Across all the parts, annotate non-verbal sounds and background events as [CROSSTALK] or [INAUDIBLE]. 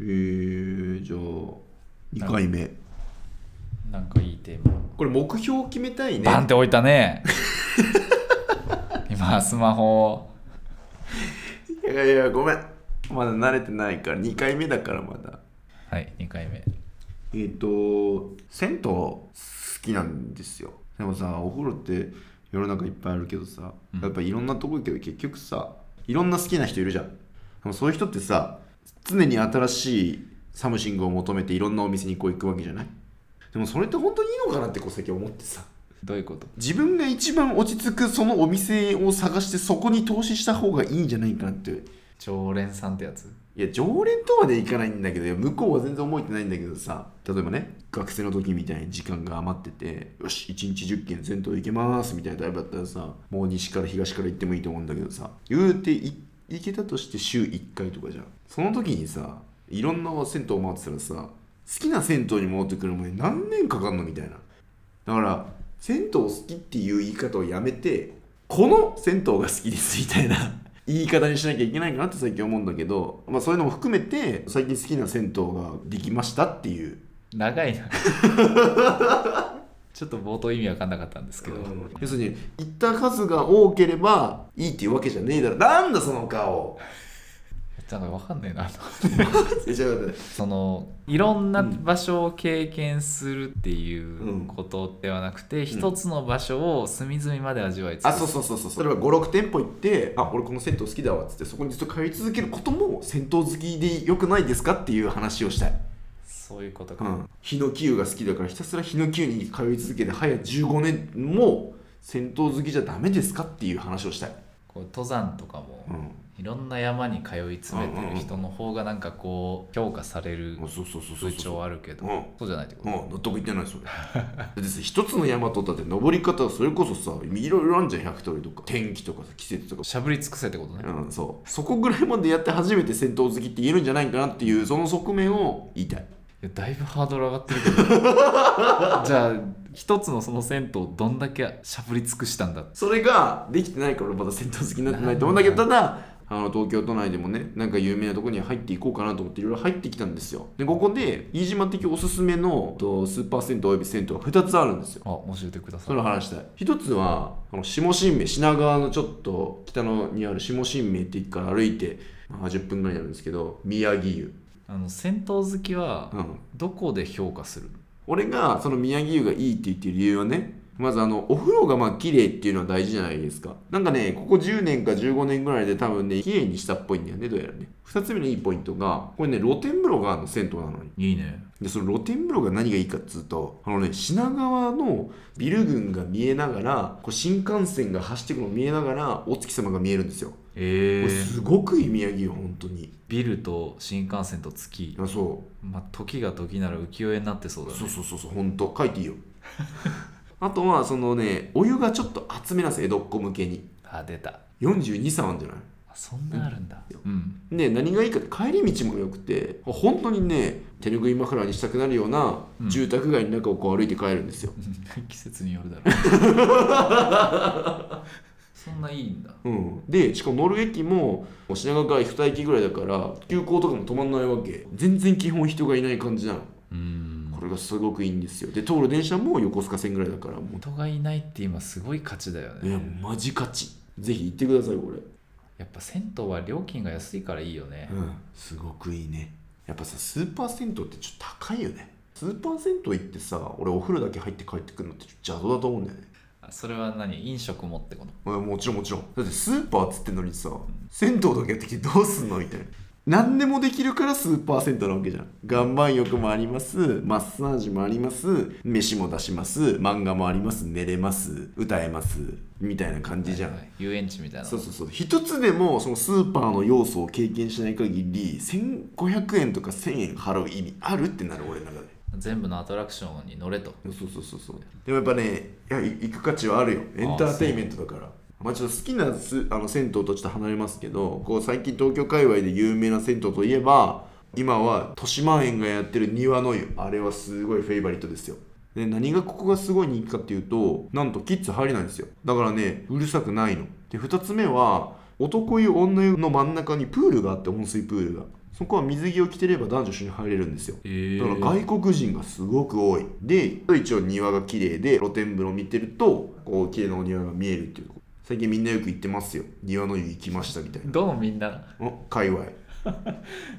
えー、じゃあ2回目なんかいいテーマこれ目標を決めたいねバンって置いたね [LAUGHS] 今スマホいやいやごめんまだ慣れてないから2回目だからまだはい2回目えっ、と銭湯好きなんですよでもさお風呂って世の中いっぱいあるけどさうんやっぱいろんなとこ行くけど結局さいろんな好きな人いるじゃんでもそういう人ってさ常に新しいサムシングを求めていろんなお店にこう行くわけじゃないでもそれって本当にいいのかなってこう最近思ってさどういうこと自分が一番落ち着くそのお店を探してそこに投資した方がいいんじゃないかなって常連さんってやついや常連とまでいかないんだけどいや向こうは全然覚えてないんだけどさ例えばね学生の時みたいに時間が余っててよし1日10軒銭湯行けますみたいなタイプだったらさもう西から東から行ってもいいと思うんだけどさ言うてい行けたとして週1回とかじゃんその時にさいろんな銭湯回ってたらさ好きな銭湯に戻ってくるまで何年かかんのみたいなだから銭湯好きっていう言い方をやめてこの銭湯が好きですみたいな [LAUGHS] 言い方にしなきゃいけないかなって最近思うんだけど、まあ、そういうのも含めて最近好きな銭湯ができましたっていう長い [LAUGHS] なちょっと冒頭意味わかんなかったんですけど、要するに行った数が多ければいいっていうわけじゃねえだろなんだその顔なんかわかんねえなえちょっと待ってそのいろんな場所を経験するっていうことではなくて、一つの場所を隅々まで味わい尽くあすそうそうそうそう例えば56店舗行ってあ俺この銭湯好きだわっつってそこにずっと通い続けることも銭湯好きでよくないですかっていう話をしたいそういうことうか、ん、ヒノキ湯が好きだからひたすらヒノキ湯に通い続けて早15年も戦闘好きじゃダメですかっていう話をしたい、こう登山とかも、うん、いろんな山に通い詰めてる人の方がなんかこう評価されるそうそうそうそう風そう潮あるけどうんそうじゃないってこうとん、納得いってないそれだってさ一つの山とだって登り方それこそさいろいろあるじゃん100通りとか天気とかさ季節とかしゃぶり尽くせってことねうん、そうそこぐらいまでやって初めて戦闘好きって言えるんじゃないかなっていうその側面を言いたいいやだいぶハードル上がってる [LAUGHS] けどじゃあ一つのその銭湯をどんだけしゃぶり尽くしたんだそれができてないからまだ戦闘好きになってないと思うんだけどただあの東京都内でもねなんか有名なとこに入っていこうかなと思っていろいろ入ってきたんですよでここで飯島的おすすめのとスーパー銭湯および銭湯が2つあるんですよあ教えてくださそいれを話したい一つはあの下神明品川のちょっと北のにある下神明って駅から歩いて、まあ、10分ぐらいになるんですけど宮城湯、あの銭湯好きはうん、どこで評価するの俺がその宮城湯がいいって言ってる理由はねまずあのお風呂がまあ綺麗っていうのは大事じゃないですかなんかねここ10年か15年ぐらいで多分ね綺麗にしたっぽいんだよねどうやらね2つ目のいいポイントがこれね露天風呂があるの銭湯なのにいいねでその露天風呂が何がいいかっつうとあのね品川のビル群が見えながらこう新幹線が走ってくの見えながらお月様が見えるんですよ、えこれー、すごくいい宮城湯本当にビルと新幹線と月、あそうまあ、時が時なら浮世絵になってそうだねそうそうそうそう本当書いていいよ [LAUGHS] あとはそのねお湯がちょっと厚めなんですよ江戸っ子向けにあ出た42歳あるんじゃないあそんなあるんだうんで何がいいかって帰り道も良くて本当にね手拭いマフラーにしたくなるようなうん住宅街の中をこう歩いて帰るんですよ、 [LAUGHS] 季節によるだろ [LAUGHS] うそんないいんだうん、でしかも乗る駅も品川から2駅ぐらいだから急行とかも止まんないわけ全然基本人がいない感じなのうんこれがすごくいいんですよで通る電車も横須賀線ぐらいだからも人がいないって今すごい価値だよういね、やマジ勝ちぜひ行ってくださいこれやっぱ銭湯は料金が安いからいいよね、うん、すごくいいねやっぱさスーパー銭湯ってちょっと高いよねスーパー銭湯行ってさ俺お風呂だけ入って帰ってくるのってちょっと邪道だと思うんだよねあそれは何飲食もってことうんもちろんもちろんだってスーパーっつってんのにさ銭湯だけやってきてどうすんのみたいな何でもできるからスーパー銭湯なわけじゃん岩盤浴もありますマッサージもあります飯も出します漫画もあります寝れます歌えますみたいな感じじゃん、はい遊園地みたいなそうそうそう一つでもそのスーパーの要素を経験しない限り1500円とか1000円払う意味あるってなる俺の中で全部のアトラクションに乗れとそうそうそうそうでもやっぱねいやい行く価値はあるよエンターテインメントだからまあちょっと好きなすあの銭湯とちょっと離れますけどこう最近東京界隈で有名な銭湯といえば今は豊島園がやってる庭の湯あれはすごいフェイバリットですよで何がここがすごい人気かっていうとなんとキッズ入れないんですよだからねうるさくないので2つ目は男湯女湯の真ん中にプールがあって温水プールがそこは水着を着てれば男女一緒に入れるんですよえーだから外国人がすごく多いで一応庭が綺麗で露天風呂見てるとこう綺麗なお庭が見えるっていう最近みんなよく行ってますよ庭の湯行きましたみたいなどのみんなあ界隈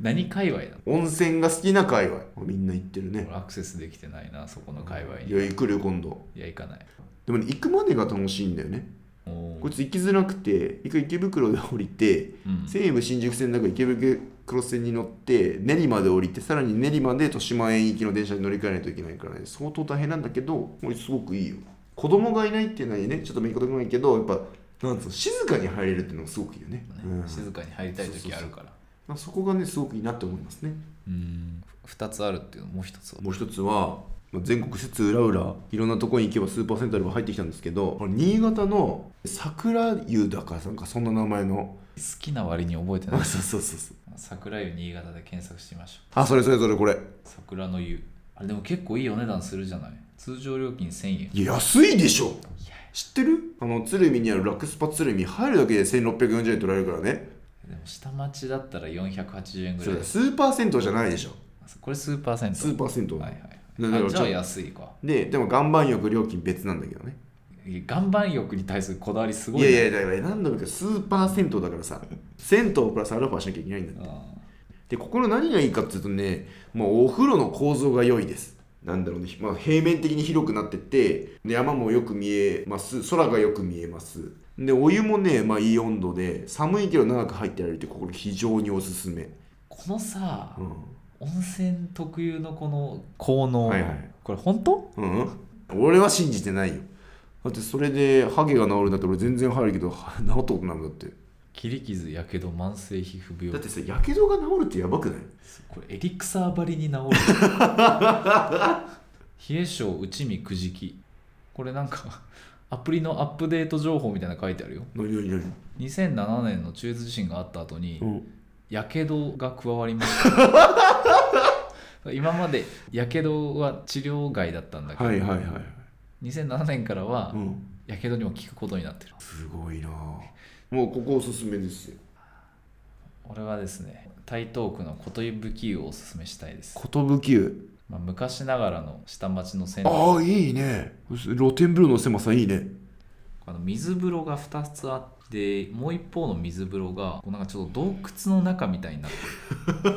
何界隈なの温泉が好きな界隈あみんな行ってるね俺アクセスできてないなそこの界隈にいや行くよ今度いや行かないでもね行くまでが楽しいんだよねおーこいつ行きづらくて一回池袋で降りてうん西武新宿線だから池袋線に乗って練馬で降りてさらに練馬で豊島園行きの電車に乗り換えないといけないからね相当大変なんだけどこれすごくいいよ子供がいないっていうのはねちょっと見事くないけどやっぱなんつうの静かに入れるっていうのがすごくいいよねうん静かに入りたい時あるからまあそこがねすごくいいなって思いますねうん2つあるっていうのもう1つはもう一つはまあ全国施設裏裏いろんなとこに行けばスーパーセンターでも入ってきたんですけどこれ新潟の桜湯だかなんかそんな名前の好きな割に覚えてあない [LAUGHS] そうそうそうそう桜湯新潟で検索してみましょうあそれそれそれこれ桜の湯あれでも結構いいお値段するじゃない通常料金1000円いやいや安いでしょ知ってるあの鶴見にあるラクスパ鶴見入るだけで1640円取られるからねでも下町だったら480円ぐそられいだスーパー銭湯じゃないでしょこれスーパーセントスーパー銭湯、はいはいだからあじゃあちょ安いかででも岩盤浴料金別なんだけどね岩盤浴に対するこだわりすごいいねやいやだから何度も言うけどスーパー銭湯だからさ銭湯プラスアルファしなきゃいけないんだってあでここの何がいいかっていうとねもうお風呂の構造が良いですなんだろうね、まあ、平面的に広くなっててで山もよく見えます空がよく見えますでお湯もね、まあ、いい温度で寒いけど長く入ってられるってここ非常におすすめ、このさうん温泉特有のこの効能、はいはいこれ本当うんうん、俺は信じてないよだってそれでハゲが治るんだったら俺全然入るけど治ったことないもんだって切り傷やけど慢性皮膚病だってさやけどが治るってやばくないこれエリクサーばりに治 [LAUGHS] る冷え性内見くじきこれなんかアプリのアップデート情報みたいなの書いてあるよ何何何2007年の中越地震があった後にうんやけどが加わりまし [LAUGHS] た今までやけどは治療外だったんだけど、はいはいはい、 2007年からはうんやけどにも効くことになってるすごいなあもうここおすすめですよ俺はですね台東区の寿湯をおすすめしたいです、寿湯まあ、昔ながらの下町の銭湯ああいいね露天風呂の狭さいいねあの水風呂が2つあってもう一方の水風呂がこうなんかちょっと洞窟の中みたいになってる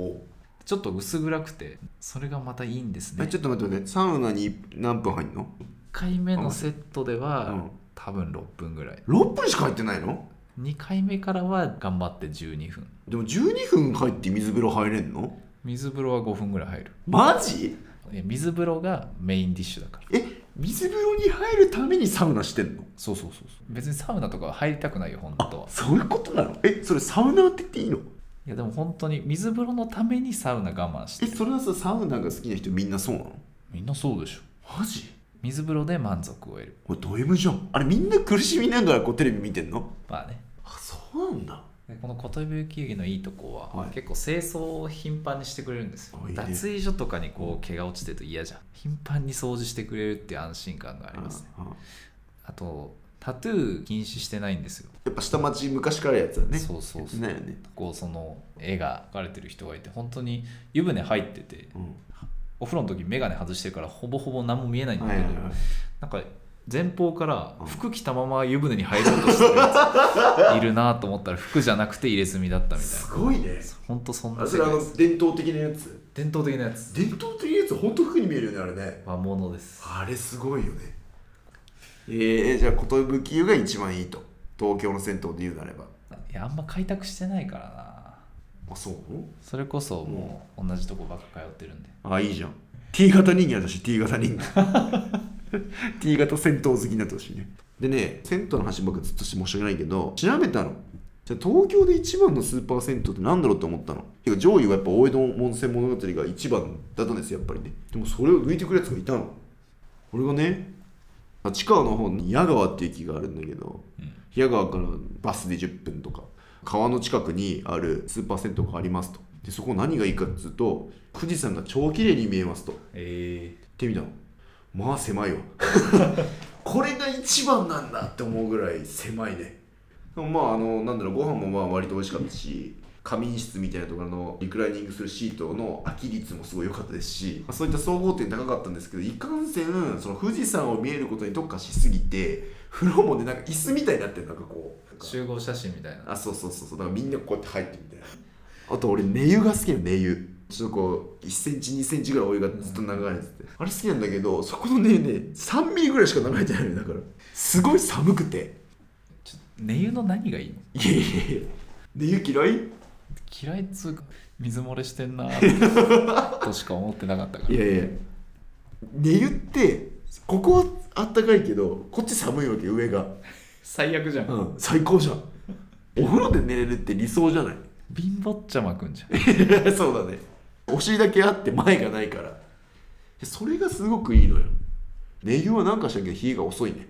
おちょっと薄暗くてそれがまたいいんですねえちょっと待って待ってサウナに何分入んの、 1回目のセットでは、うん、多分6分ぐらい6分しか入ってないの2回目からは頑張って12分でも12分入って水風呂入れんの水風呂は5分ぐらい入るマジいや水風呂がメインディッシュだからえ水風呂に入るためにサウナしてんのそうそうそう別にサウナとかは入りたくないよ本当はそういうことなのえそれサウナーって言っていいのいやでも本当に水風呂のためにサウナ我慢してえるそれはさサウナが好きな人みんなそうなのみんなそうでしょマジ水風呂で満足を得るこれド M じゃんあれみんな苦しみながらこうテレビ見てんのまあねあそうなんだでこの琴指球技のいいとこは、はい結構清掃を頻繁にしてくれるんですよあいいね脱衣所とかにこう毛が落ちてると嫌じゃん頻繁に掃除してくれるっていう安心感がありますねうんうんあとタトゥー禁止してないんですよ、やっぱ下町昔からやつだねそうそうそうだよね、こうその絵が描かれてる人がいて本当に湯船入っててうん、お風呂の時眼鏡外してるからほぼほぼ何も見えないんだけど、はいなんか前方からうん服着たまま湯船に入ろうとしてるやついるなと思ったら服じゃなくて入れ墨だったみたいすなごいね本当そんなあそ世れあ界でのす伝統的なやつ伝統的なやつ伝統的なやつ本当服に見えるよねあれね和物ですあれすごいよねえー、じゃあ寿湯が一番いいと東京の銭湯で言うなればいやあんま開拓してないからなあそうそれこそもう同じとこばっか通ってるんであいいじゃん T 型人間だし T 型人間 [LAUGHS] T 型銭湯好きになってほしいねでね銭湯の話ばっかずっとして申し訳ないけど調べたのじゃあ東京で一番のスーパー銭湯って何だろうって思ったのてか上位はやっぱ大江戸温泉物語が一番だったんですよやっぱりねでもそれを抜いてくるやつがいたの俺がね立川の方に矢川っていう駅があるんだけど、うん矢川からバスで10分とか川の近くにあるスーパー銭湯がありますとでそこ何がいいかっつうと富士山が超綺麗に見えますと行っえてみたのまあ狭いわこれが一番なんだって思うぐらい狭いねでもまああのなんだろうご飯もまあ割と美味しかったし仮眠室みたいなところのリクライニングするシートの空き率もすごい良かったですし、まあ、そういった総合点高かったんですけどいかんせんその富士山を見えることに特化しすぎて風呂もねなんか椅子みたいになってるなんかこうなんか集合写真みたいなあそうそうそうそうだからみんなこうやって入ってみたいなあと俺寝湯が好きなの寝湯ちょっとこう1センチ2センチぐらいお湯がずっと流れてて、あれ好きなんだけどそこの寝湯ね3ミリぐらいしか流れてないのよだからすごい寒くてちょ寝湯の何がいいのいやいやいや寝湯嫌い嫌いっつうか水漏れしてんな [LAUGHS] としか思ってなかったからいやいや寝湯ってここはあったかいけどこっち寒いわけ上が最悪じゃん、うん最高 [LAUGHS] じゃんお風呂で寝れるって理想じゃない貧乏っちゃまくんじゃん [LAUGHS] そうだねお尻だけあって前がないからそれがすごくいいのよ寝湯はなんかしたけど冷えが遅いね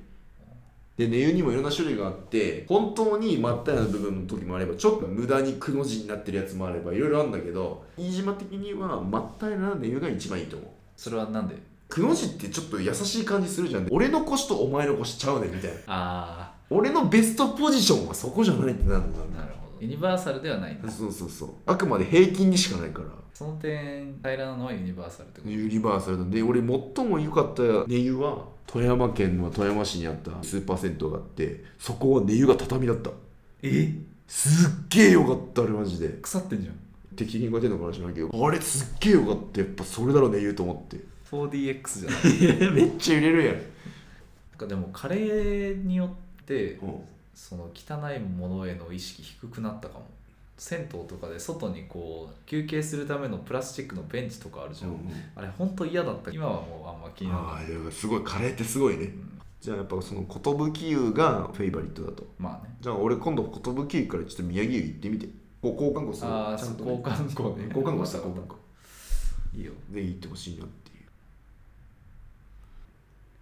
で寝湯にもいろんな種類があって本当に真っ平らな部分の時もあればちょっと無駄にくの字になってるやつもあればいろいろあるんだけど飯島的には真っ平らな寝湯が一番いいと思うそれはなんでくの字ってちょっと優しい感じするじゃん俺の腰とお前の腰ちゃうねみたいなあ俺のベストポジションはそこじゃないってなるんだよあなねるほどユニバーサルではないんだそうそうそうあくまで平均にしかないからその点平らなのはユニバーサルってことユニバーサルなんで俺最も良かった寝湯は富山県の富山市にあったスーパー銭湯があってそこは寝湯が畳だったえすっげえ良かったあれマジで腐ってんじゃん適任が出るのかもしれないけどあれすっげえ良かったやっぱそれだろ寝湯と思って 4DX じゃないめっちゃ揺れるやん、なんかでもカレーによってその汚いものへの意識低くなったかも銭湯とかで外にこう休憩するためのプラスチックのベンチとかあるじゃん、あれ本当嫌だった今はもうあんま気にならないああいやすごいカレーってすごいねうんじゃあやっぱその寿湯がフェイバリットだとまあねじゃあ俺今度寿湯からちょっと宮城湯行ってみてこう交換校するああちゃんとね交換校ね交換校した交交換校換校いいよで行ってほしいなってい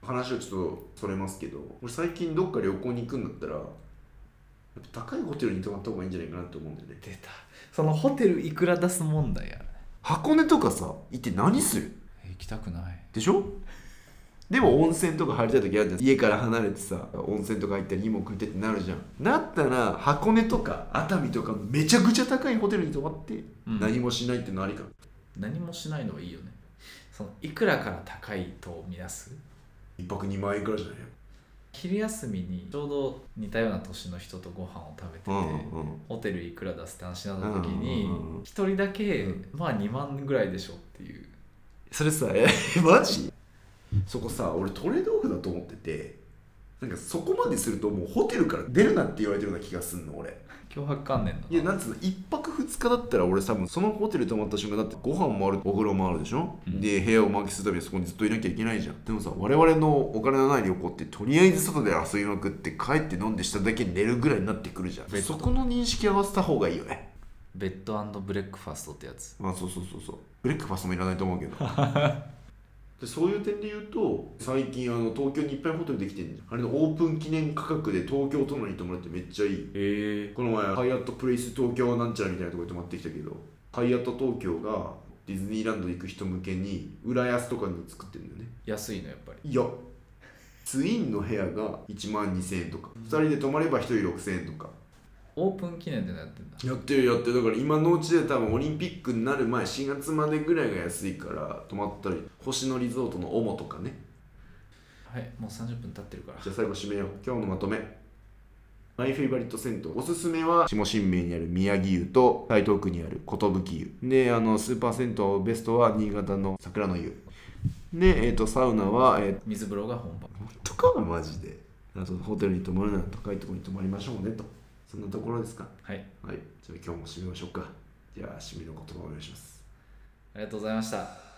う話はちょっとそれますけど俺最近どっか旅行に行くんだったらやっぱ高いホテルに泊まった方がいいんじゃないかなと思うんだよね出たそのホテルいくら出す問題や箱根とかさ行って何する行きたくないでしょでも温泉とか入りたい時あるじゃん家から離れてさ温泉とか行ったり芋食いたいってなるじゃんなったら箱根とか熱海とかめちゃくちゃ高いホテルに泊まってうん何もしないってのありか、何もしないのはいいよねそのいくらから高いと見なす一泊2万円くらいじゃない昼休みにちょうど似たような年の人とご飯を食べてて、うんうんうんホテルいくら出すって話になった時にうんうんうんうん一人だけ、うんまあ2万ぐらいでしょっていうそれさえ [LAUGHS] マジそこさ俺トレードオフだと思っててなんかそこまでするともうホテルから出るなって言われてるような気がすんの俺脅迫観念だないやなんつうの1泊2日だったら俺多分そのホテル泊まった瞬間だってご飯もあるお風呂もあるでしょ、うんで部屋を満喫するためにそこにずっといなきゃいけないじゃんでもさ我々のお金のない旅行ってとりあえず外で遊びまくって帰って飲んで下だけ寝るぐらいになってくるじゃんベッドそこの認識合わせた方がいいよねベッドブレックファストってやつまあそうそうそうそうブレックファストもいらないと思うけど [LAUGHS] でそういう点で言うと最近あの東京にいっぱいホテルできてんじゃんあれのオープン記念価格で東京都内に泊まれてめっちゃいいへえこの前ハイアットプレイス東京なんちゃらみたいなとこに泊まってきたけどハイアット東京がディズニーランド行く人向けに浦安とかに作ってるんだよね安いのやっぱりいやツインの部屋が1万2000円とか2人で泊まれば1人6000円とかオープン記念ってのやってんだやってるやってるだから今のうちで多分オリンピックになる前4月までぐらいが安いから泊まったり星野リゾートのオモとかねはいもう30分経ってるからじゃあ最後締めよう今日のまとめマイフェイバリット銭湯おすすめは下新名にある宮城湯と台東区にある寿湯であのスーパー銭湯ベストは新潟の桜の湯で、えー、とサウナは、えー、水風呂が本番本当かなマジであとホテルに泊まるなら高いところに泊まりましょうねとそんなところですかはいはい、じゃあ今日も締めましょうか。じゃあ締めの言葉お願いします。ありがとうございました